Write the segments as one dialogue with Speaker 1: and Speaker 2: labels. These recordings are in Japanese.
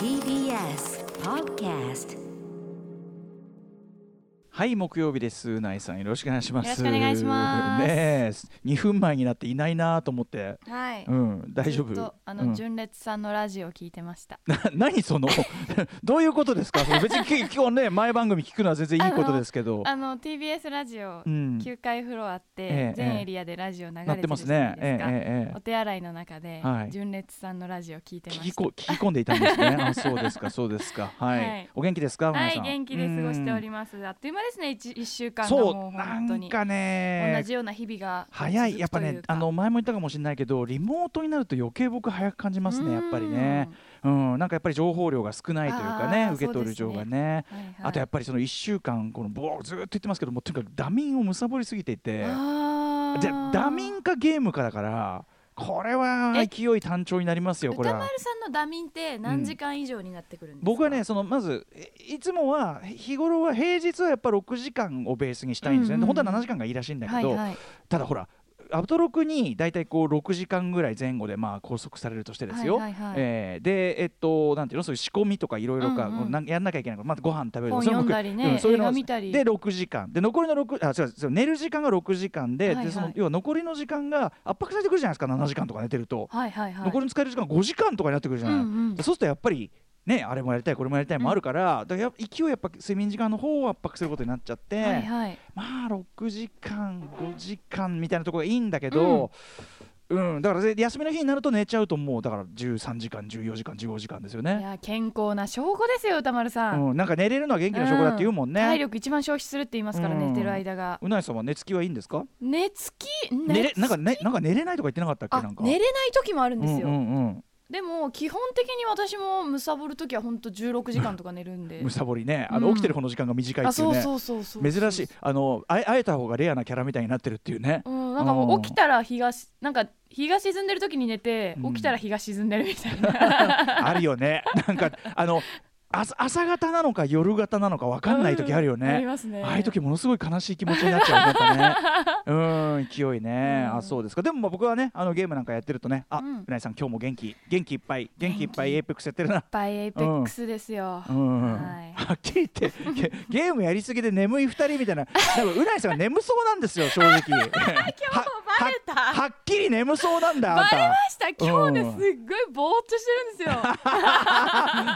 Speaker 1: TBS Podcast
Speaker 2: はい木曜日ですうないさんよろしくお願いします
Speaker 3: よろしくお願いしま
Speaker 2: ね
Speaker 3: す
Speaker 2: え2分前になっていないなと思って
Speaker 3: はい。
Speaker 2: うん大丈
Speaker 3: ずっ
Speaker 2: 夫
Speaker 3: とあ
Speaker 2: う
Speaker 3: の
Speaker 2: ん
Speaker 3: 純烈さんのラジオ聞いてました。
Speaker 2: な 何そのどういうことですかその別にき今日ね前番組聞くのは全然いいことですけど
Speaker 3: あの TBS ラジオ
Speaker 2: うん
Speaker 3: 9階フロアっ
Speaker 2: ええ
Speaker 3: て全エリアでラジオ流れ
Speaker 2: なってて
Speaker 3: る
Speaker 2: ま
Speaker 3: じ
Speaker 2: す
Speaker 3: ゃな
Speaker 2: ねえ
Speaker 3: いですか。
Speaker 2: えええ
Speaker 3: お手洗いの中で
Speaker 2: はい
Speaker 3: 純烈さんのラジオ聞いてま
Speaker 2: 聞
Speaker 3: し
Speaker 2: き
Speaker 3: た。
Speaker 2: こ聞き込んでいたんですねあそうです かそうですかはい、
Speaker 3: はい
Speaker 2: お元気ですかうな
Speaker 3: は
Speaker 2: さ
Speaker 3: い
Speaker 2: ん
Speaker 3: 元気で過ごしており
Speaker 2: ま
Speaker 3: ます。あっという間ですね一一週間がも
Speaker 2: そううな
Speaker 3: 本当
Speaker 2: ん
Speaker 3: に
Speaker 2: かね
Speaker 3: 同じような日々が
Speaker 2: 早いやっぱ
Speaker 3: 続
Speaker 2: ね
Speaker 3: くというか
Speaker 2: あの前も言ったかもしれないけどリモートになると余計僕早く感じますねやっぱりね。うんなんかやっぱり情報量が少ないというかね
Speaker 3: あー
Speaker 2: 受け取る情報がね
Speaker 3: うんはいはい
Speaker 2: あとやっぱりその1週間このぼーずーっと言ってますけどもうとにかくダミンをむさぼりすぎていて
Speaker 3: あー
Speaker 2: でダミンかゲームかだからこれは
Speaker 3: え
Speaker 2: 勢い単調になりますよこれ
Speaker 3: 歌
Speaker 2: は
Speaker 3: 丸。さんのダミンって何時間以上になってくるんですか。
Speaker 2: 僕はねそのまずえいつもは日頃は平日はやっぱ6時間をベースにしたいんですね、
Speaker 3: うんうんうん
Speaker 2: 本当は7時間がいいらしいんだけど、
Speaker 3: はいはい
Speaker 2: ただほらアウトロクに大体こう6時間ぐらい前後でまあ拘束されるとしてですよ、
Speaker 3: はいはいはい
Speaker 2: えーでえっとなんていうのそういう仕込みとかいろいろか、
Speaker 3: うんうん
Speaker 2: こうなんやんなきゃいけないからまずご飯食べる
Speaker 3: 本
Speaker 2: それも
Speaker 3: 読んだりね
Speaker 2: うんそういうの
Speaker 3: 映画見たり
Speaker 2: で6時間で残りの6あ違う違う寝る時間が6時間で,、
Speaker 3: はいはい
Speaker 2: でその要は残りの時間が圧迫されてくるじゃないですか7時間とか寝てると、
Speaker 3: はいはいはい。
Speaker 2: 残りの使える時間が5時間とかになってくるじゃない、
Speaker 3: うんうん
Speaker 2: そうするとやっぱりねあれもやりたいこれもやりたいもあるから,、だからやっぱ勢いやっぱ睡眠時間の方を圧迫することになっちゃって。
Speaker 3: はいはい。
Speaker 2: まあ6時間5時間みたいなところがいいんだけど、うんだからで休みの日になると寝ちゃうともうだから13時間14時間15時間ですよ
Speaker 3: い
Speaker 2: ね、
Speaker 3: や健康な証拠ですよ歌丸さん、
Speaker 2: うん、なんか寝れるのは元気な証拠だって言うもん
Speaker 3: 体
Speaker 2: ね、
Speaker 3: 力一番消費するって言いますから、
Speaker 2: うん
Speaker 3: 寝てる間が
Speaker 2: うないさんは寝つきはいいんですか
Speaker 3: 寝つき
Speaker 2: 寝れ
Speaker 3: つ
Speaker 2: なんか、ね、なんか寝れないとか言ってなかったっけ
Speaker 3: あ
Speaker 2: なんか
Speaker 3: 寝れない時もあるんですよ、
Speaker 2: うんうん
Speaker 3: でも基本的に私もむさぼる時は本当16時間とか寝るん
Speaker 2: う
Speaker 3: で
Speaker 2: んむさぼりねあの、
Speaker 3: うん
Speaker 2: 起きてる方の時間が短い
Speaker 3: あ
Speaker 2: っていう
Speaker 3: そう
Speaker 2: ね
Speaker 3: そうそうそう
Speaker 2: 珍しいあのあえ会えた方がレアなキャラみたいになってるっていう ね、
Speaker 3: うん、なんかもう起きたら日がしなんか日が沈んでる時に寝て
Speaker 2: うん
Speaker 3: 起きたら日が沈んでるみたいな、
Speaker 2: あるよねなんかあの朝朝方なのか夜型なのか分かんない時あるよね、
Speaker 3: ありますね
Speaker 2: ああいう時ものすごい悲しい気持ちになっちゃうねやっぱね。 うん勢いね、
Speaker 3: うん
Speaker 2: あそうですかでもまあ僕はねあのゲームなんかやってるとねあ、う
Speaker 3: うん
Speaker 2: なぎさん今日も元気元気いっぱい元気いっぱいエイペックスやってるな。
Speaker 3: バイエイペックスですよ、
Speaker 2: うん
Speaker 3: はい
Speaker 2: はっきり言ってゲゲームやりすぎで眠い2人みたいななんかうないさんが眠そうなんですよ正 直今日
Speaker 3: バレた
Speaker 2: ははっきり眠そうなんだあん
Speaker 3: バレ
Speaker 2: た
Speaker 3: ました今日ねすっごいぼーっとしてるんで すよ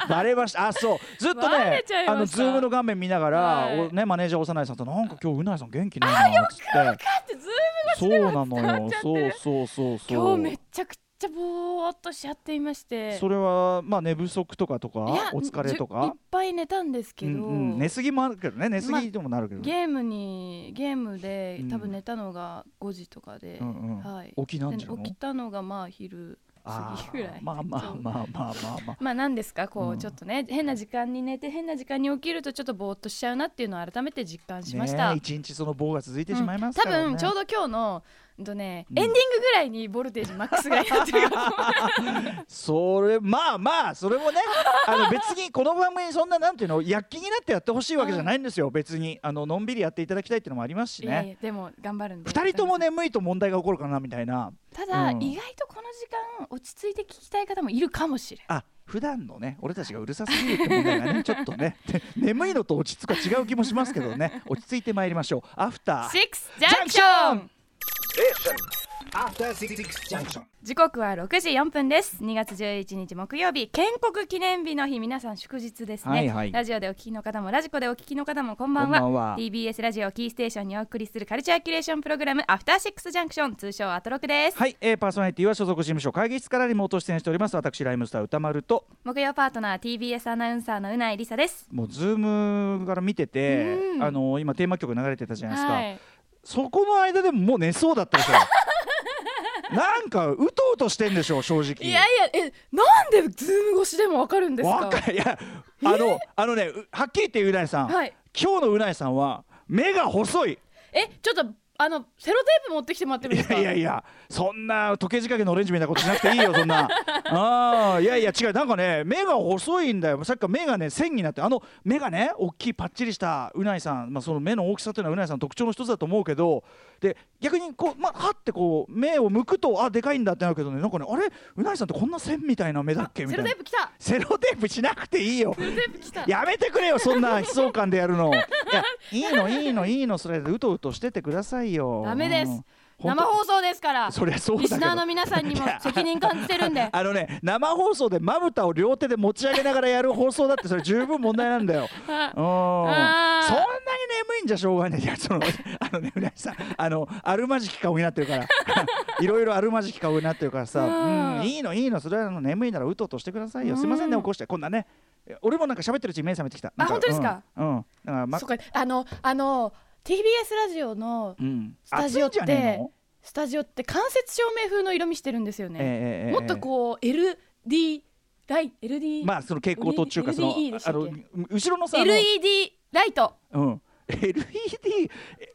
Speaker 2: バレましたあそうずっと
Speaker 3: バ
Speaker 2: ね
Speaker 3: レちゃいました
Speaker 2: あのズームの画面見ながら、
Speaker 3: はい
Speaker 2: おねマネージャー幼いさんとなんか今日うないさん元気ねえなっつって
Speaker 3: だってズーム
Speaker 2: そうなのよ
Speaker 3: っちゃっ
Speaker 2: そう
Speaker 3: て
Speaker 2: そうそうそう
Speaker 3: 今日めちゃくちゃぼーっとしちゃっていまして
Speaker 2: それはまあ寝不足とかとか
Speaker 3: いや
Speaker 2: お疲れと
Speaker 3: じゅいっ
Speaker 2: か、
Speaker 3: ぱい寝たんですけ
Speaker 2: う
Speaker 3: ど、
Speaker 2: んうん、寝すぎもあるけどね寝すぎでもなるけど、
Speaker 3: ゲームにゲームで
Speaker 2: うん
Speaker 3: 多分寝たのが5時とかで、
Speaker 2: うんうん
Speaker 3: はい
Speaker 2: 起きなんじゃ
Speaker 3: で
Speaker 2: の
Speaker 3: 起きたのがまあ昼過
Speaker 2: あ
Speaker 3: ぎぐらい
Speaker 2: ーまあまあまあまあまあまあ
Speaker 3: まあなんですかこ
Speaker 2: うん
Speaker 3: うちょっとね、変な時間に寝て変な時間に起きるとちょっとぼーっとしちゃうなっていうのを改めて実感しました、
Speaker 2: ねえ一日その棒が続いてしまいます
Speaker 3: 多
Speaker 2: からね、
Speaker 3: 分ちょうど今日の、うんとね
Speaker 2: うん
Speaker 3: エンディングぐらいにボルテージマックスがやってるかと思う
Speaker 2: それまあまあそれもね あの別にこの番組にそんななんていうの躍起になってやってほしいわけじゃないんですよ、別にあののんびりやっていただきたいっていうのもありますし
Speaker 3: いやい
Speaker 2: ね
Speaker 3: やでも頑張るんで
Speaker 2: 二人とも眠いと問題が起こるかなみたいな
Speaker 3: ただ、
Speaker 2: うん
Speaker 3: 意外とこの時間落ち着いて聞きたい方もいるかもしれん
Speaker 2: あ普段のね俺たちがうるさすぎるって問題がねちょっとね で眠いのと落ち着くは違う気もしますけどね落ち着いてまいりましょうアフター
Speaker 3: 6ジャンクション
Speaker 4: After Six Junction.
Speaker 3: 時刻は6時4分です2月11日木曜日建国記念日の日皆さん祝日ですね、
Speaker 2: はいはい
Speaker 3: ラジオでお聞きの方もラジコでお聞きの方もこんばん
Speaker 2: こ
Speaker 3: は
Speaker 2: んばんは
Speaker 3: TBS ラジオをキーステーションにお送りするカルチャーキュレーションプログラムアフターシックスジャンクション通称アトロクです、
Speaker 2: はい、えー、パーソナリティは所属事務所会議室からリモート出演しております私ライムスター歌丸と
Speaker 3: 木曜パートナー TBS アナウンサーのうないりさです
Speaker 2: もうズームから見てて、
Speaker 3: うん
Speaker 2: あの今テーマ曲流れてたじゃないですか、
Speaker 3: はい
Speaker 2: そこの間でももう寝そうだったでしょ なんかうとうとしてんでしょ正直
Speaker 3: いやいやえなんでズーム越しでもわかるんですか
Speaker 2: わかいやあのあのねうはっきり言ってうなえさん、
Speaker 3: はい
Speaker 2: 今日のうなえさんは目が細い
Speaker 3: えちょっとあのセロテープ持ってきてもらってるんです
Speaker 2: い
Speaker 3: か
Speaker 2: やいやいやそんな時計仕掛けのオレンジみたいなことしなくていいよそんなああいやいや違うなんかね目が細いんだよさっきから目がね線になってあの目がね大きいパッチリしたうないさん、まあ、その目の大きさというのはうないさんの特徴の一つだと思うけどで逆にこう、まあ、はってこう目を向くとあでかいんだってなるけどねなんかねあれうないさんってこんな線みたいな目だっけみ
Speaker 3: セ
Speaker 2: たいな
Speaker 3: ロテープ来た
Speaker 2: セロテープしなくていいよ
Speaker 3: セロテープ来 た
Speaker 2: やめてくれよそんな悲壮感でやるのいやいいのいいのいいのそれでうとうとしててくださいよ
Speaker 3: ダメです
Speaker 2: うん
Speaker 3: 生放送ですから
Speaker 2: そりゃそうだけ
Speaker 3: リ
Speaker 2: ど
Speaker 3: スナーの皆さんに も責任感じてるんで
Speaker 2: あのね生放送でまぶたを両手で持ち上げながらやる放送だってそれ十分問題なんだ よ。うんそんな
Speaker 3: あー
Speaker 2: に眠いんじゃしょうがないいや そのあのねうなぎさんあのあるまじき顔になってるから いろいろあるまじき顔になってるからさ、
Speaker 3: うん
Speaker 2: うんいいのいいのそれはあの眠いならうとうとしてくださいよすいませんね起こしてこんなね俺もなんか喋ってるうちに目覚めてきた。なん
Speaker 3: 本当ですか
Speaker 2: うん、うんだからま
Speaker 3: そっかあのあの TBS ラジオの
Speaker 2: うん、
Speaker 3: スタジオっ
Speaker 2: 暑いんじゃねえ
Speaker 3: て
Speaker 2: の
Speaker 3: スタジオって間接照明風の色味してるんですよ
Speaker 2: え
Speaker 3: ね、
Speaker 2: えええええ
Speaker 3: もっとこう LD ライ LD、
Speaker 2: まあその蛍光灯中かその
Speaker 3: LED でした
Speaker 2: あ
Speaker 3: っけ
Speaker 2: の後ろのさあの
Speaker 3: LED ライト
Speaker 2: うん、LED,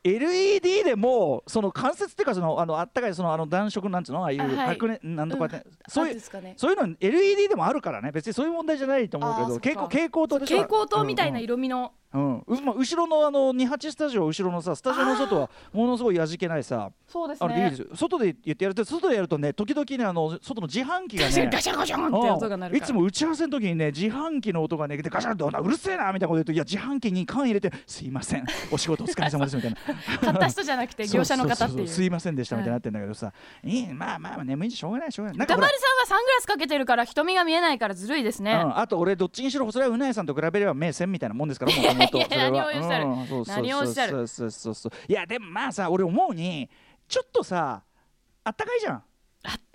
Speaker 2: LED でもその関節っていうかそのあのあったかいそのあの暖色なんつうのああいう
Speaker 3: あはい
Speaker 2: 白熱、なんとかって、そう
Speaker 3: ないん
Speaker 2: う
Speaker 3: ですかね
Speaker 2: そういうの LED でもあるからね別にそういう問題じゃないと思う
Speaker 3: あーそっか
Speaker 2: けど蛍光灯でしょ
Speaker 3: 蛍光灯みたいな色味の、
Speaker 2: うんうんうんうま後ろのあの28スタジオ後ろのさスタジオの外はものすごいやじけないさ
Speaker 3: そうです
Speaker 2: あのいい
Speaker 3: ね
Speaker 2: ですよ外で言ってやると外でやるとね時々ねあの外の自販機が
Speaker 3: ガシャ
Speaker 2: ね
Speaker 3: ンガシャンガシャンって音が鳴
Speaker 2: うん
Speaker 3: る
Speaker 2: い
Speaker 3: か
Speaker 2: つ
Speaker 3: ら
Speaker 2: も打ち合わせの時にね自販機の音がねでガシャンとうるせえなみたいなこと言うといや自販機に缶入れてすいませんお仕事お疲れ様ですみたいな
Speaker 3: 買った人じゃなくて業者の方ってい
Speaker 2: そうそそすいませんでしたみたいに
Speaker 3: は
Speaker 2: なってんだけどさ、いいまあまあまあ眠いんでしょうがないしょうがないなん
Speaker 3: 歌
Speaker 2: かほ
Speaker 3: 丸
Speaker 2: ら
Speaker 3: さんはサングラスかけてるから瞳が見えないからずるいですね、
Speaker 2: うん、あと俺どっちにしろそれはうなえさんと比べれば名線みたいなもんです からもともとそれは
Speaker 3: 何をおっしゃる
Speaker 2: うんそうそうそう
Speaker 3: 何をおっしゃる
Speaker 2: そうそうそうそういやでもまあさ俺思うにちょっとさあったかいじゃん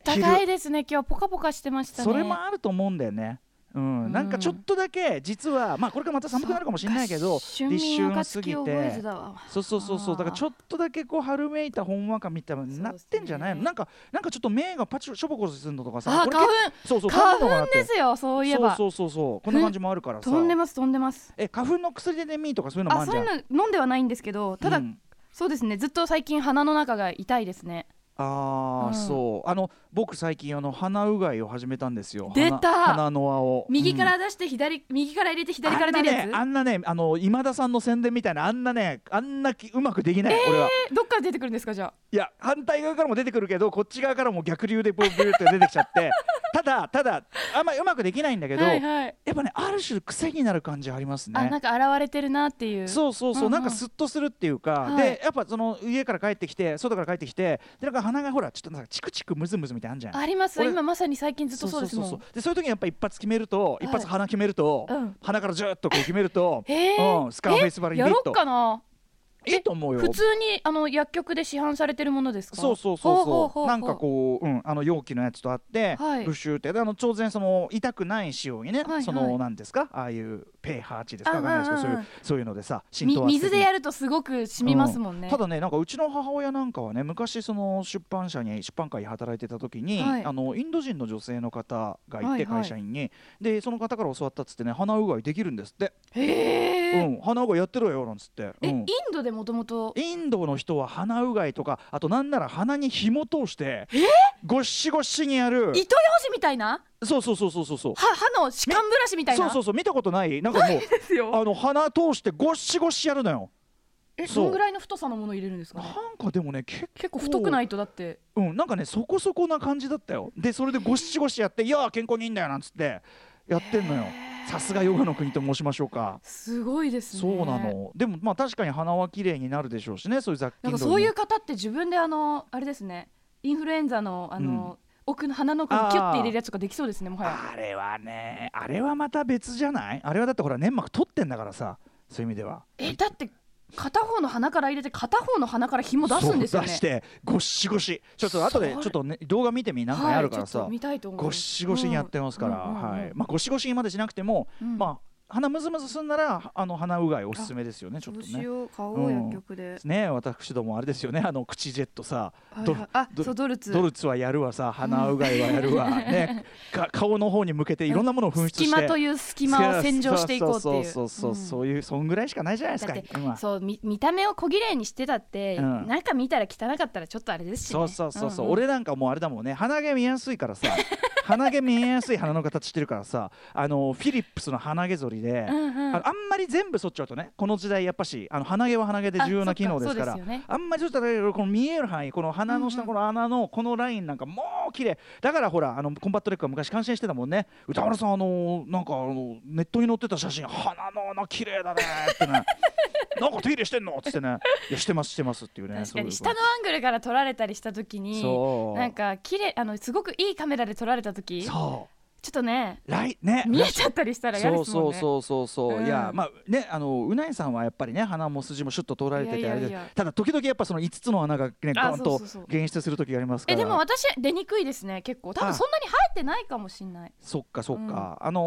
Speaker 3: 高いですね今日ポカポカしてましたね
Speaker 2: それもあると思うんだよね。うん、なんかちょっとだけ実はまあこれからまた寒くなるかもしれないけど
Speaker 3: 春眠暁を覚えずだわ
Speaker 2: そうそうそうそうだからちょっとだけこう春めいたほんわかみたいになってんじゃないの、
Speaker 3: そうですね
Speaker 2: なんかなんかちょっと目がパチしょぼこするのとかさ
Speaker 3: あ
Speaker 2: これ
Speaker 3: 花粉
Speaker 2: 結構そうそう
Speaker 3: 花
Speaker 2: のかな
Speaker 3: 粉
Speaker 2: って
Speaker 3: ですよそういえば
Speaker 2: そうそうそうそうこんな感じもあるからさ
Speaker 3: 飛んでます飛んでます
Speaker 2: え花粉の薬でねみーとかそういうのもあ
Speaker 3: あ
Speaker 2: る
Speaker 3: そう
Speaker 2: じゃん
Speaker 3: いうの飲んではないんですけどただ、
Speaker 2: うん
Speaker 3: そうですねずっと最近鼻の中が痛いですね
Speaker 2: あー、
Speaker 3: うん
Speaker 2: そうあの僕最近あの鼻うがいを始めたんですよ
Speaker 3: 出た
Speaker 2: 鼻鼻の輪を
Speaker 3: 右
Speaker 2: うん
Speaker 3: から出して左、右から入れて左から出るやつ、
Speaker 2: あんなねあんなねあの今田さんの宣伝みたいなあんなねあんなきうまくできない、俺は
Speaker 3: えどっから出てくるんですかじゃあ
Speaker 2: いや反対側からも出てくるけどこっち側からも逆流でブーブーって出てきちゃって ただただあんまりうまくできないんだけど、
Speaker 3: はいはい
Speaker 2: やっぱねある種癖になる感じありますね
Speaker 3: あなんか現れてるなっていう
Speaker 2: そうそうそう、
Speaker 3: うんうん
Speaker 2: なんかスッとするっていうか、
Speaker 3: はい
Speaker 2: でやっぱその家から帰ってきて外から帰ってきてでなんか鼻がほらちょっとなんかチクチクムズムズみたいなのあんじゃん
Speaker 3: あります
Speaker 2: 俺
Speaker 3: 今まさに最近ずっとそうですもん
Speaker 2: そうそうそうでそういう時にやっぱ一発決めると、
Speaker 3: い
Speaker 2: 一発鼻決めると、
Speaker 3: うん
Speaker 2: 鼻からジューッとこう決めると、
Speaker 3: へー
Speaker 2: うん、スカーフェイスバリに
Speaker 3: え
Speaker 2: ビ
Speaker 3: や
Speaker 2: ッ
Speaker 3: ろ
Speaker 2: と
Speaker 3: っかな
Speaker 2: えいいと思うよ
Speaker 3: 普通にあの薬局で市販されてるものですか
Speaker 2: そうそうそうそう
Speaker 3: ほほほほ
Speaker 2: なんかこう、うん、あの容器のやつとあって、
Speaker 3: はい
Speaker 2: ブシューってであの当然その痛くない仕様にね、
Speaker 3: はいはい
Speaker 2: そのなんですかああいうペーハーチですか
Speaker 3: あ
Speaker 2: わかんないですけどそうい
Speaker 3: うんうんう
Speaker 2: うんそういうのでさ浸
Speaker 3: み
Speaker 2: 透圧
Speaker 3: 水で
Speaker 2: る
Speaker 3: やるとすごく染みますもんね、
Speaker 2: ただねなんかうちの母親なんかはね昔その出版社に出版会働いてた時に、
Speaker 3: はい
Speaker 2: あのインド人の女性の方がいて、
Speaker 3: はいはい
Speaker 2: 会社員にでその方から教わったっつってね鼻うがいできるんですって、
Speaker 3: へー
Speaker 2: うん、鼻うがいやってろよなんつって、う
Speaker 3: え、イン
Speaker 2: ん、
Speaker 3: ドでもともと
Speaker 2: インドの人は鼻うがいとかあとなんなら鼻に紐通してゴッシゴッシにやる
Speaker 3: 糸ようじみたいな
Speaker 2: そうそうそうそうそうそう
Speaker 3: 歯歯の歯間ブラシみたいな
Speaker 2: そうそうそう見たことないなんかもう
Speaker 3: ですよ
Speaker 2: あの鼻通してゴッシゴッシやるのよ
Speaker 3: え
Speaker 2: そう
Speaker 3: そんぐらいの太さのもの入れるんですか
Speaker 2: な
Speaker 3: ね
Speaker 2: んかでもね結
Speaker 3: 結構太くないとだって
Speaker 2: うん、なんかねそこそこな感じだったよでそれでゴシゴシやって「いやー健康にいいんだよ」なんつってやってんのよさすがヨガの国と申しましょうか
Speaker 3: すごいですね
Speaker 2: そうなのでもまあ確かに鼻は綺麗になるでしょうしねそういう雑菌
Speaker 3: なんか
Speaker 2: 類
Speaker 3: そういう方って自分であのあれですねインフルエンザのあの、奥の鼻の奥に
Speaker 2: あー
Speaker 3: キュッて入れるやつとかできそうですねもはや
Speaker 2: あれはねあれはまた別じゃないあれはだってほら粘膜取ってんだからさそういう意味では
Speaker 3: えだって片方の鼻から入れて片方の鼻から紐出すんですよね
Speaker 2: そう出してゴシゴシちょっと後でちょっとね動画見てみなんか
Speaker 3: はい
Speaker 2: やるから
Speaker 3: ちょっ
Speaker 2: さ
Speaker 3: と見たいと思い
Speaker 2: ゴ
Speaker 3: ます
Speaker 2: シゴシにやってますから、
Speaker 3: うんうんうんうん
Speaker 2: はいまあ、ゴシゴシにまでしなくても、
Speaker 3: うん
Speaker 2: まあ鼻むずむずすんならあの鼻うがいおすすめですよねちょっ
Speaker 5: ど
Speaker 2: と
Speaker 5: うし
Speaker 2: ね。
Speaker 5: よう買おう
Speaker 2: うん
Speaker 5: 薬局で、
Speaker 2: ね私どもあれですよねあの口ジェットさ
Speaker 5: はい
Speaker 2: ド
Speaker 5: はいあ
Speaker 2: ド
Speaker 5: そうドルツ
Speaker 2: ドルツはやるわさ鼻うがいはやるわ、ねか顔の方に向けていろんなものを噴出して
Speaker 5: 隙間という隙間を洗浄していこうっていう
Speaker 2: そうそ
Speaker 5: う
Speaker 2: うそうそう
Speaker 5: ん
Speaker 2: そういうそんぐらいしかないじゃないです
Speaker 3: だ
Speaker 2: か
Speaker 3: って
Speaker 2: 今
Speaker 3: そうみ見た目を小綺麗にしてたって、
Speaker 2: うん
Speaker 3: 中見たら汚かったらちょっとあれですし、ね、
Speaker 2: そうそうそうそう、
Speaker 3: んん
Speaker 2: 俺なんかもうあれだもんね鼻毛見えやすいから さ鼻毛見えやすい鼻の形してるからさあのフィリップスの鼻毛剃りで、
Speaker 3: うんうん
Speaker 2: あのあんまり全部剃っちゃうとねこの時代やっぱしあの鼻毛は鼻毛で重要な機能ですから
Speaker 3: あそっかそうですよね
Speaker 2: あんまり剃ったらこの見える範囲この鼻の下のこの穴のこのラインなんかもう綺麗だからほらあのコンバットレックが昔感心してたもんね歌丸さんあのなんかあのネットに載ってた写真鼻の穴綺麗だねって ねなんか手入れしてんのっつってねいやしてますしてますっていうね
Speaker 3: 確かに
Speaker 2: そう
Speaker 3: 下
Speaker 2: いう
Speaker 3: のアングルから撮られたりした時に
Speaker 2: そう
Speaker 3: なんか綺麗あのすごくいいカメラで撮られた時ちょ
Speaker 2: そ
Speaker 3: っとね
Speaker 2: う来ね
Speaker 3: 見えちゃったりしたら嫌
Speaker 2: そ
Speaker 3: で
Speaker 2: う
Speaker 3: す
Speaker 2: そ
Speaker 3: もん
Speaker 2: う
Speaker 3: ね
Speaker 2: そうそうそう、
Speaker 3: うん
Speaker 2: いやまあねあのうないさんはやっぱりね鼻も筋もシュッと通られて
Speaker 5: い
Speaker 2: て
Speaker 5: や
Speaker 2: あ
Speaker 5: い
Speaker 2: れ
Speaker 5: やいや
Speaker 2: でただ時々やっぱその5つの穴がね
Speaker 5: あ
Speaker 2: ガン
Speaker 5: そ
Speaker 2: と
Speaker 5: うそうそう
Speaker 2: 現出する時がありますか
Speaker 3: え
Speaker 2: ら
Speaker 3: でも私出にくいですね結構多
Speaker 2: あ
Speaker 3: 分そんなに生えてないかもしれない
Speaker 2: そっかそっか、あの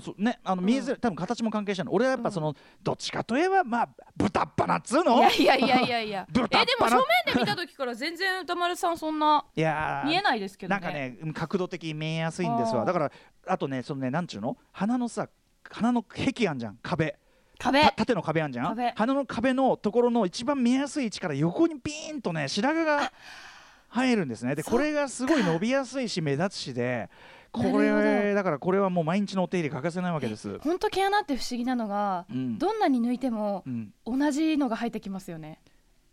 Speaker 2: ーそねあの見えづらい、多分形も関係してるの俺はやっぱその、どっちかといえばまあ豚っ鼻っつうの
Speaker 3: いやいやいやいや いやえでも
Speaker 2: 豚っ
Speaker 3: 正
Speaker 2: 腹
Speaker 3: 面で見た時から全然歌丸さんそんない
Speaker 2: やー
Speaker 3: 見えないですけど
Speaker 2: な
Speaker 3: ね
Speaker 2: んかねうん角度的に見えやすいんです
Speaker 3: あ
Speaker 2: わ
Speaker 3: ー
Speaker 2: だからあとねそのねなんちゅうの鼻のさ鼻の壁あんじゃん壁
Speaker 3: 壁
Speaker 2: た縦の壁あんじゃん
Speaker 3: 壁
Speaker 2: 鼻の壁のところの一番見えやすい位置から横にピーンとね白髪が生えるんですねでこれがすごい伸びやすいし目立つしでこ
Speaker 3: なるほ
Speaker 2: れだからこれはもう毎日のお手入れ欠かせないわけです。
Speaker 3: ほんと毛穴って不思議なのが、
Speaker 2: うん
Speaker 3: どんなに抜いても
Speaker 2: うん
Speaker 3: 同じのが生えてきますよね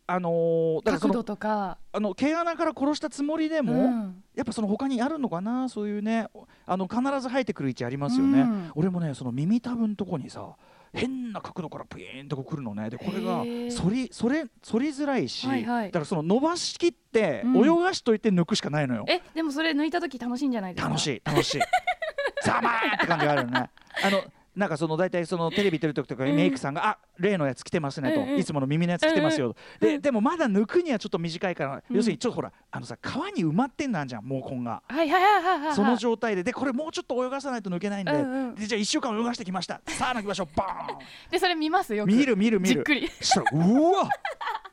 Speaker 2: あのーだからそ
Speaker 3: 角度
Speaker 2: の
Speaker 3: とか
Speaker 2: あの毛穴から殺したつもりでも、
Speaker 3: うん
Speaker 2: やっぱその他にあるのかなそういうねあの必ず生えてくる位置ありますよね、
Speaker 3: うん
Speaker 2: 俺もねその耳たぶんとこにさ変な角度からピーンとこう来るのねでこれが
Speaker 3: へー
Speaker 2: 反りそれ反りづらいし、
Speaker 3: はいはい
Speaker 2: だからその伸ばしきって
Speaker 3: うん
Speaker 2: 泳がしといて抜くしかないのよ、
Speaker 3: えでもそれ抜いた時楽しいんじゃないですか
Speaker 2: 楽しい楽しい ざまーって感じがあるよねあのなんかその大体そのテレビ出る時とかにメイクさんが「あ例のやつ来てますね」と、
Speaker 3: うんうん
Speaker 2: いつもの耳のやつ来てますよ」と、ででもまだ抜くにはちょっと短いから、要するにちょっとほらあのさ皮に埋まってんなんじゃん毛根が。
Speaker 3: はいはいはいはいはいはい
Speaker 2: その状態ででこれもうちょっと泳がさないと抜けないんで,、
Speaker 3: うんうん
Speaker 2: でじゃあ1週間泳がしてきま したさあ抜きましょうバーン
Speaker 3: でそれ見ますよく
Speaker 2: 見る見る見る
Speaker 3: じっくり
Speaker 2: そしたらうわ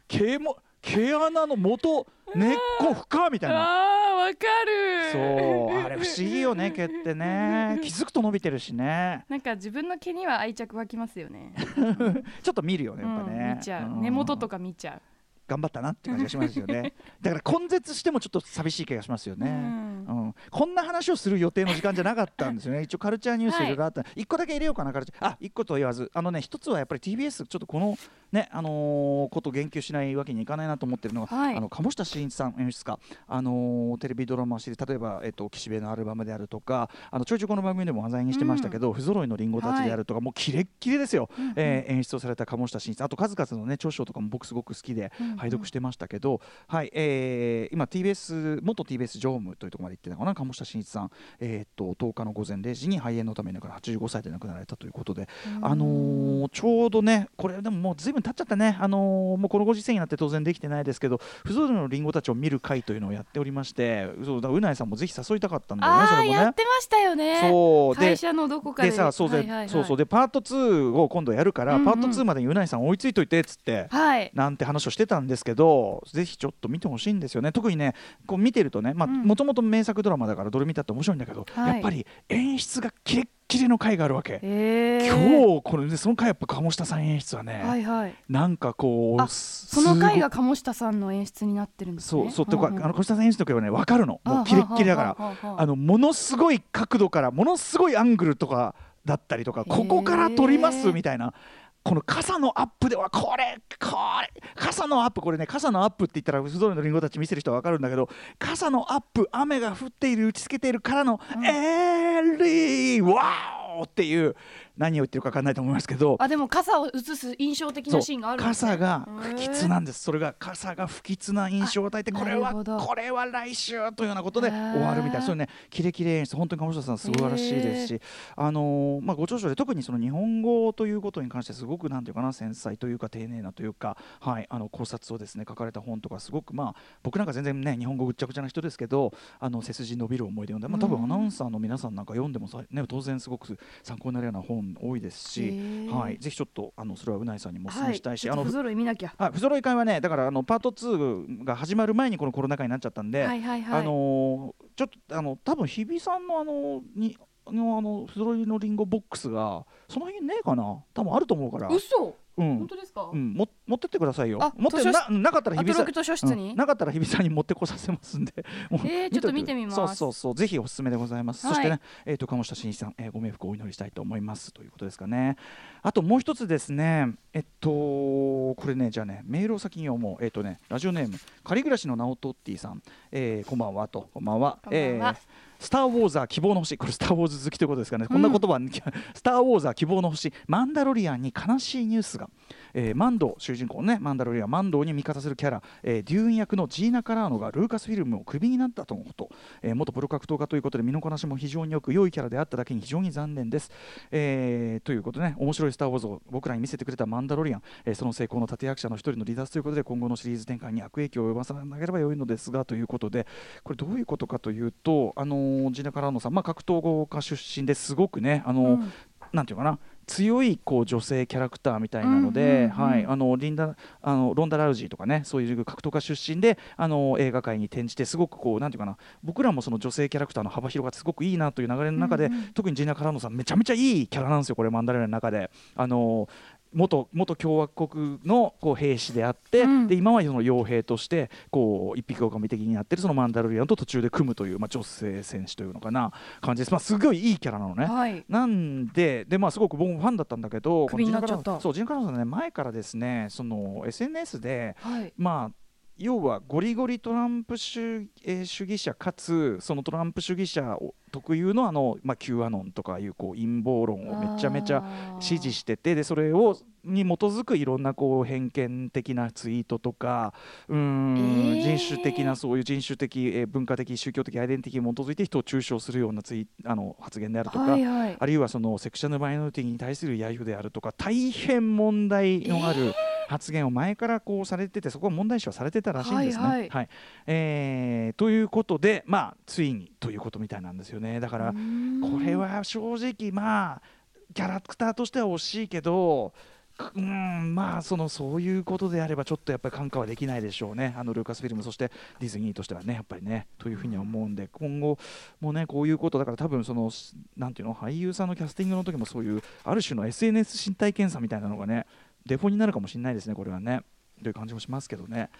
Speaker 2: 毛も毛穴の元根っこ深みたいな
Speaker 3: あーわかる
Speaker 2: そうあれ不思議よね毛ってね気づくと伸びてるしね
Speaker 3: なんか自分の毛には愛着湧きますよ ね
Speaker 2: ちょっと見るよね
Speaker 3: う
Speaker 2: やっぱね、
Speaker 3: ん、見ちゃう根元と
Speaker 2: か
Speaker 3: か見ちゃ
Speaker 2: 頑張ったなって感じがしますよ ねだから根絶してもちょっと寂しい気がしますよね、う
Speaker 3: うんん
Speaker 2: こんな話をする予定の時間じゃなかったんですよ ね一応カルチャーニュースいろいろあった、一個だけ入れようかなカルチャーあ一個とは言わずあのね一つはやっぱり TBS ちょっとこのねあのーこと言及しないわけにいかないなと思ってるのが、
Speaker 3: はい
Speaker 2: あの鴨下真一さん演出家あのーテレビドラマシリーズ例えば、えっと岸辺のアルバムであるとかあのちょいちょいこの番組でも話題にしてましたけど、不揃いのリンゴたちであるとか、もうキレッキレですよ、えー演出をされた鴨下真一さんあと数々のね著書とかも僕すごく好きで拝読してましたけど、はい、えー今 TBS 元 TBS 常務というところまで行ってたのかな鴨下真一さん、えーっと10日の午前0時に肺炎のために亡くなら85歳で亡くなられたということで、あのーちょうどねこれでももうずいぶん経っちゃったね、あのーもうこのご時世になって当然できてないですけど不揃いのリンゴたちを見る会というのをやっておりましてそうだうないさんもぜひ誘いたかったん
Speaker 3: う
Speaker 2: だよねそ
Speaker 3: あ
Speaker 2: れ
Speaker 3: ー
Speaker 2: もね。
Speaker 3: やってましたよね
Speaker 2: そうで
Speaker 5: 会社のどこかで
Speaker 2: でさそうで、
Speaker 5: はいはいはい
Speaker 2: そうそうでパート2を今度やるから、
Speaker 3: うんうん
Speaker 2: パート2までにうないさん追いついといてっつって。
Speaker 3: はい
Speaker 2: なんて話をしてたんですけどぜひちょっと見てほしいんですよね特にねこう見てるとね
Speaker 3: うん
Speaker 2: もともと名作ドラマだからどれ見たって面白いんだけど、
Speaker 3: はい
Speaker 2: やっぱり演出がキレッキレの回があるわけ、
Speaker 3: え
Speaker 2: 今日これねその回やっぱ鴨下さん演出はね、
Speaker 3: はいはい
Speaker 2: なんかこう
Speaker 3: あ
Speaker 2: そ
Speaker 3: その回が鴨下さんの演出になってるんです
Speaker 2: そ
Speaker 3: ね
Speaker 2: うそうとか、
Speaker 3: んん
Speaker 2: あの越田さん演じとけばね分かるのもうキレッキレだから
Speaker 3: あははははは
Speaker 2: あのものすごい角度からものすごいアングルとかだったりとか
Speaker 3: へー
Speaker 2: ここから撮りますみたいな。この傘のアップではこれこれ傘のアップこれね傘のアップって言ったら薄通りのリンゴたち見せる人は分かるんだけど傘のアップ雨が降っている打ちつけているからの、エリーワオっていう何を言ってるか分かんないと思いますけど
Speaker 3: あでも傘を映す印象的
Speaker 2: そう
Speaker 3: なシーンがあるんですね
Speaker 2: 傘が不吉
Speaker 3: へー
Speaker 2: なんですそれが傘が不吉な印象を与えて
Speaker 3: あ
Speaker 2: これは
Speaker 3: なるほど
Speaker 2: これは来週というようなことで
Speaker 3: へー
Speaker 2: 終わるみたいなそういうねキレキレ演出本当に鴨下さん素晴らしいですし、あのーまあ、ご著書で特にその日本語ということに関してすごくなんていうかな繊細というか丁寧なというか、はい、あの考察をですね書かれた本とかすごくまあ僕なんか全然ね日本語ぐっちゃぐちゃな人ですけどあの背筋伸びる思いで読んだ、まあ、多分アナウンサーの皆さんなんか読んでもさ、ね、当然すごく参考になるような本ん、多いですし、はい、ぜひちょっとあのそれはうないさんにもお勧
Speaker 3: は
Speaker 2: め
Speaker 3: い。
Speaker 2: したいし、
Speaker 3: ちょっ
Speaker 2: あ
Speaker 3: と
Speaker 2: の
Speaker 3: 不揃い見なきゃ。
Speaker 2: はい、不揃い会はねだからあのパート2が始まる前にこのコロナ禍になっちゃったんで、
Speaker 3: はいはいはい。
Speaker 2: あのーちょっとあの多分日比さんのあのにのあの不揃いのリンゴボックスがその辺にねえかな多分あると思うから、
Speaker 5: 嘘
Speaker 2: うん
Speaker 5: 本当ですか、
Speaker 2: うん、も持ってってくださいよ
Speaker 3: あ
Speaker 2: 持って
Speaker 3: 図書
Speaker 2: ななかったら
Speaker 3: ア
Speaker 2: 日比
Speaker 3: トロ
Speaker 2: さ
Speaker 3: ッ
Speaker 2: ん
Speaker 3: ク図書室に
Speaker 2: うん。なかったら日比さんに持ってこさせますん でもう
Speaker 3: えーちょっと見てみます
Speaker 2: そうそうそうぜひおすすめでございます、
Speaker 3: はい
Speaker 2: そしてね、えー、と鴨下真一さん、えーご冥福をお祈りしたいと思いますということですかねあともう一つですねえっとこれねじゃあねメールを先に読もうえっ、とねラジオネーム仮暮らしのナオトッティさん、えーこんばんはとこんばんは
Speaker 3: こんばん
Speaker 2: えー
Speaker 3: は
Speaker 2: スター・ウォーザー希望の星これスター・ウォーズ好きということですかね、こんな言葉はスター・ウォーザー希望の星マンダロリアンに悲しいニュースが、えーマンドー主人公のねマンダロリアンマンドーに味方するキャラ、えーデューン役のジーナ・カラーノがルーカスフィルムをクビになったとのこと、えー元プロ格闘家ということで身のこなしも非常によく良いキャラであっただけに非常に残念です、えーということでね面白いスター・ウォーズを僕らに見せてくれたマンダロリアン、えーその成功の立役者の一人の離脱ということで今後のシリーズ展開に悪影響を及ばさなければ良いのですがということでこれどういうことかというと、あのージーナ・カラーノさん、まあ、格闘家出身ですごくね、あのーなんていうかな強いこう女性キャラクターみたいなの
Speaker 3: うんうんう
Speaker 2: で
Speaker 3: ん
Speaker 2: はいあのリンダあのロンダ・ラウジーとかねそういう格闘家出身であの映画界に転じてすごくこうなんていうかな僕らもその女性キャラクターの幅広がってすごくいいなという流れの中で、特にジーナ・カラーノさんめちゃめちゃいいキャラなんですよこれマンダレラの中で。あの元元共和国のこう兵士であって、
Speaker 3: うん
Speaker 2: で今はその傭兵としてこう一匹狼的になってるそのマンダロリアンと途中で組むという、まあ、女性戦士というのかな感じです、まあ、すごいいいキャラなのね。
Speaker 3: はい。
Speaker 2: なんでで、まあ、すごく僕もファンだったんだけど
Speaker 3: クビになっちゃった
Speaker 2: このジンカラそうジンカラさんね前からですねその SNS で、
Speaker 5: はい
Speaker 2: まあ要はゴリゴリトランプ主,、えー主義者かつそのトランプ主義者を特有のあの、まあ、Q アノンとかいうこう陰謀論をめちゃめちゃ支持しててでそれをに基づくいろんなこう偏見的なツイートとかうーん、
Speaker 3: えー
Speaker 2: 人種的なそういう人種的、えー文化的宗教的アイデンティティに基づいて人を中傷するようなツイあの発言であるとか、
Speaker 3: はいはい。
Speaker 2: あるいはそのセクシャルマイノリティに対する揶揄であるとか大変問題のある発言を前からこうされててそこは問題視はされてたらしいんですね。
Speaker 5: はいはい
Speaker 2: えーということでまあついにということみたいなんですよねだからこれは正直まあキャラクターとしては惜しいけど。くうんまあそのそういうことであればちょっとやっぱり感化はできないでしょうねあのルーカスフィルムそしてディズニーとしてはねやっぱりねというふうには思うんで今後もうねこういうことだから多分そのしなんていうの俳優さんのキャスティングの時もそういうある種の SNS 身体検査みたいなのがねデフォになるかもしれないですねこれはねという感じもしますけどね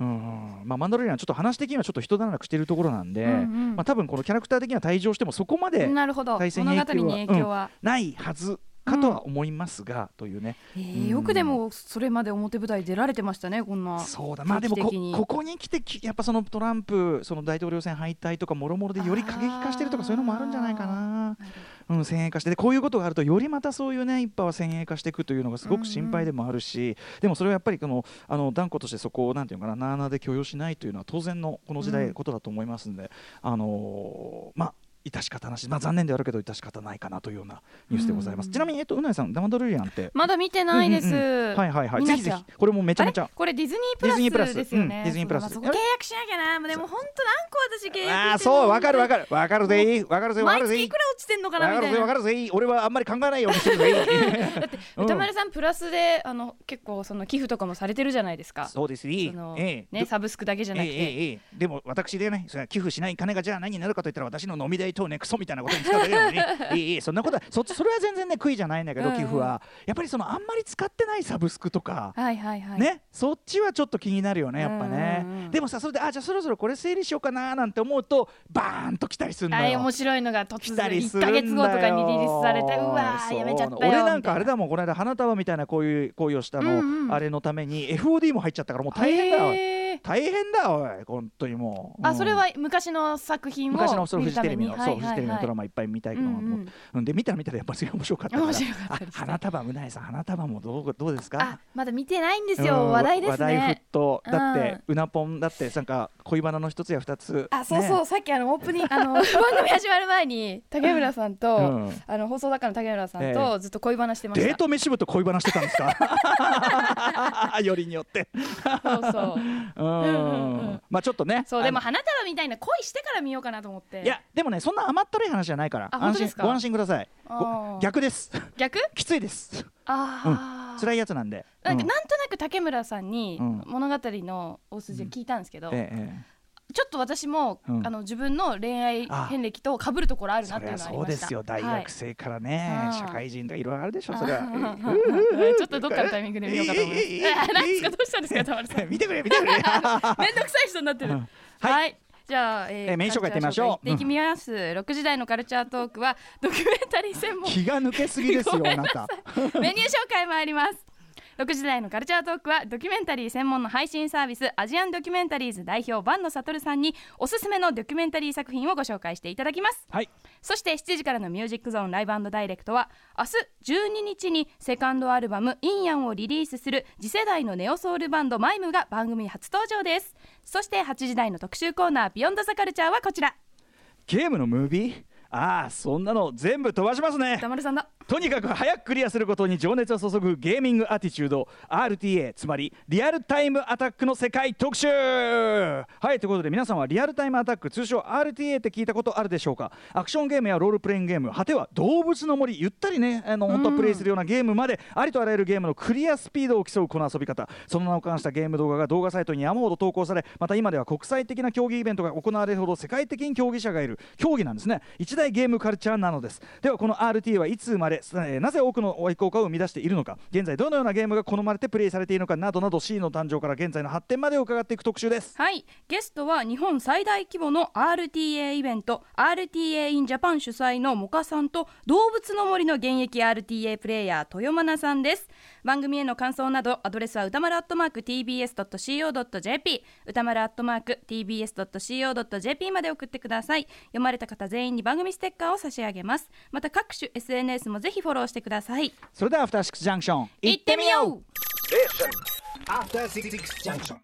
Speaker 2: うんまあマンダロリアンはちょっと話的にはちょっと人段落しているところなんで、
Speaker 3: うんうん
Speaker 2: まあ多分このキャラクター的には退場してもそこまで
Speaker 3: なるほど。
Speaker 2: 対戦
Speaker 3: 物
Speaker 2: に影響
Speaker 3: 語
Speaker 2: は
Speaker 3: に影響は。
Speaker 2: ないはずかとは思いますが、というね
Speaker 5: えーよくでもそれまで表舞台出られてましたねこんな
Speaker 2: そうだまあでもこ
Speaker 5: 定期的に
Speaker 2: ここに来てきやっぱそのトランプその大統領選敗退とかもろもろでより過激化してるとかそういうのもあるんじゃないかな、うん、先鋭化してでこういうことがあるとよりまたそういうね一派は先鋭化していくというのがすごく心配でもあるし、でもそれはやっぱりこのあの断固としてそこをなんていうのかななあなあで許容しないというのは当然のこの時代ことだと思いますんで、あのーまあ致し方なし、まあ、残念ではあるけど致し方ないかなというようなニュースでございます、ちなみに、えっと、うなえさんダマドルリアンって
Speaker 3: まだ見てないです。
Speaker 2: うんうんうんはいはいはい
Speaker 3: 見
Speaker 2: ぜ
Speaker 3: な
Speaker 2: ひ
Speaker 3: き
Speaker 2: ぜ
Speaker 3: ゃ
Speaker 2: ひこれもめちゃめち
Speaker 3: あ
Speaker 2: ゃ
Speaker 3: れこれディズニ
Speaker 2: ディズニ
Speaker 3: ー
Speaker 2: ー
Speaker 3: プ
Speaker 2: プラ
Speaker 3: ラ
Speaker 2: ス
Speaker 3: スですよね。
Speaker 2: うんディズニープラス
Speaker 3: そうだまあそこ契約しなきゃな。もうでも本当何個私契約してるの
Speaker 2: ああそうわかるわかるわかるぜいわかるぜわか
Speaker 3: 毎
Speaker 2: るぜ
Speaker 3: 月
Speaker 2: い
Speaker 3: いくら落ちてんのか
Speaker 2: わ
Speaker 3: なみ
Speaker 2: か
Speaker 3: た
Speaker 2: る
Speaker 3: い
Speaker 2: ぜわ
Speaker 3: な
Speaker 2: か。るぜい俺はあんまり考えないようにしてるぜい
Speaker 3: だって
Speaker 2: うん
Speaker 3: 歌丸さんプラスであの結構その寄付とかもされてるじゃないですか。
Speaker 2: そうですいい
Speaker 3: その
Speaker 2: ええ
Speaker 3: ねサブスクだけじゃなく
Speaker 2: ええ
Speaker 3: て。
Speaker 2: ええええでも私でねそれは寄付しない金がじゃあ何になるかといったら私の飲み代等ねクソみたいなことに使われるのにえ えええそんなことはそそれは全然ね悔いじゃないんだけど
Speaker 3: うんうん
Speaker 2: 寄付はやっぱりそのあんまり使ってないサブスクとか
Speaker 3: はいはいはい。
Speaker 2: ね、そっちはちょっと気になるよねやっぱね、
Speaker 3: うんうんうん
Speaker 2: でもさそれであじゃあそろそろこれ整理しようかななんて思うとバーンと来たりするの
Speaker 3: あ
Speaker 2: よ
Speaker 3: れ面白いのが突
Speaker 2: 来
Speaker 3: 然
Speaker 2: たり
Speaker 3: 1
Speaker 2: するん
Speaker 3: ヶ
Speaker 2: だよ
Speaker 3: 月後とかにリリースされてうわー
Speaker 2: そう
Speaker 3: やめちゃったよ
Speaker 2: 俺なんかあれだもんこの間花束みたいなこういう行為をしたの、
Speaker 3: うんうん
Speaker 2: あれのために FOD も入っちゃったからもう大変だ、おい
Speaker 3: へー
Speaker 2: 大変だおい本当にもう、う
Speaker 3: あ
Speaker 2: ん
Speaker 3: それは昔の作品を
Speaker 2: 昔のそのフ
Speaker 3: 見る
Speaker 2: ジ
Speaker 3: た
Speaker 2: テ
Speaker 3: め
Speaker 2: レビ
Speaker 3: に
Speaker 2: の、そうフジテレビのドラ
Speaker 3: マ
Speaker 2: マいっぱい見たいかなと思って、
Speaker 3: うん
Speaker 2: うんで見たら見たらやっぱりそれ面白かったから
Speaker 3: 面白かったです
Speaker 2: あ花束うないさん花束もどうどうですか
Speaker 3: あまだ見てないんです
Speaker 2: う
Speaker 3: よ
Speaker 2: ん
Speaker 3: 話題ですね
Speaker 2: 話題沸騰だって、
Speaker 3: うん
Speaker 2: うなぽんだってなんか恋バナの一つや二つ
Speaker 6: あそうそう、
Speaker 2: ね
Speaker 6: さっきあのオープニング あの番組始まる前に竹村さんと、
Speaker 2: うん
Speaker 6: あの放送作家の竹村さん
Speaker 2: え
Speaker 6: とずっと恋バナしてました、
Speaker 2: デート飯部と恋バナしてたんですか よりによって
Speaker 6: そう そう
Speaker 2: うん
Speaker 6: うんうん
Speaker 2: まあちょっとね
Speaker 3: そうでも
Speaker 2: あ
Speaker 3: 花束みたいな恋してから見ようかなと思って
Speaker 2: のいやでもねそんな甘ったるい話じゃないから
Speaker 6: あ本
Speaker 2: 安
Speaker 6: 当で
Speaker 2: 心
Speaker 6: すか
Speaker 2: ご安心くださいご
Speaker 6: あー
Speaker 2: 逆です
Speaker 3: 逆
Speaker 2: きついです
Speaker 3: ああ、
Speaker 2: 辛いやつなんで
Speaker 3: なんか
Speaker 2: うん
Speaker 3: なんとなく竹村さんに
Speaker 2: うん
Speaker 3: 物語の大筋を聞いたんですけど、
Speaker 2: ええええ
Speaker 3: ちょっと私も、
Speaker 2: うん
Speaker 3: あの自分の恋愛遍歴と被るところあるな
Speaker 2: そ
Speaker 3: って
Speaker 2: り
Speaker 3: いう
Speaker 2: ゃ
Speaker 3: の
Speaker 2: そ
Speaker 3: はあり
Speaker 2: う
Speaker 3: ま
Speaker 2: で
Speaker 3: した
Speaker 2: すよ大
Speaker 3: はい
Speaker 2: 学生からね、
Speaker 3: あー
Speaker 2: 社会人とかいろいろあるでしょそれは
Speaker 3: はいちょっとどっかのタイミングで見ようかと思います。
Speaker 2: え
Speaker 3: え
Speaker 2: いえいえいえいえいえ
Speaker 3: なんですかどうしたんですか、たまるさ ん。
Speaker 2: 見てくれ見て くれ
Speaker 3: めんどくさい人になってる。
Speaker 2: うんはい
Speaker 3: はい。じゃあ、え
Speaker 2: えーメイン紹介
Speaker 3: カルチャー
Speaker 2: 行ってみましょう
Speaker 3: 紹介行っていきます。六時台のカルチャートークはドキュメンタリー専門。
Speaker 2: 気が抜けすぎですよあなた
Speaker 3: メニュー紹介もあります6時台のカルチャートークはドキュメンタリー専門の配信サービスアジアンドキュメンタリーズ代表坂野悟さんにおすすめのドキュメンタリー作品をご紹介していただきます
Speaker 2: はい
Speaker 3: そして7時からのミュージックゾーンライブダイレクトは明日12日にセカンドアルバム「インヤン」をリリースする次世代のネオソウルバンドマイムが番組初登場ですそして8時台の特集コーナー「ビヨンドザカルチャーはこちら
Speaker 2: ゲームのムービーああそんなの全部飛ばしますね
Speaker 3: 歌丸さんだ
Speaker 2: とにかく早くクリアすることに情熱を注ぐゲーミングアティチュード RTA つまりリアルタイムアタックの世界特集はいということで皆さんはリアルタイムアタック通称 RTA って聞いたことあるでしょうかアクションゲームやロールプレイングゲーム果ては動物の森ゆったりねあの本当はプレイするようなゲームまでありとあらゆるゲームのクリアスピードを競うこの遊び方その名を冠したゲーム動画が動画サイトに山ほど投稿されまた今では国際的な競技イベントが行われるほど世界的に競技者がいる競技なんですね一大ゲームカルチャーなのですではこの RT はいつ生まれさえーなぜ多くの愛好家を生み出しているのか現在どのようなゲームが好まれてプレイされているのかなどなど C の誕生から現在の発展までを伺っていく特集です
Speaker 3: はい、ゲストは日本最大規模の RTA イベント RTA in Japan 主催のモカさんと動物の森の現役 RTA プレイヤー豊真奈さんです番組への感想などアドレスは歌丸アットマーク TBS.CO.JP 歌丸アットマーク TBS.CO.JP まで送ってください読まれた方全員に番組ステッカーを差し上げますまた各種 SNS もぜひフォローしてください
Speaker 2: それではアフターシックスジャンクション
Speaker 3: 行ってみよう
Speaker 4: Station. After Six Junction.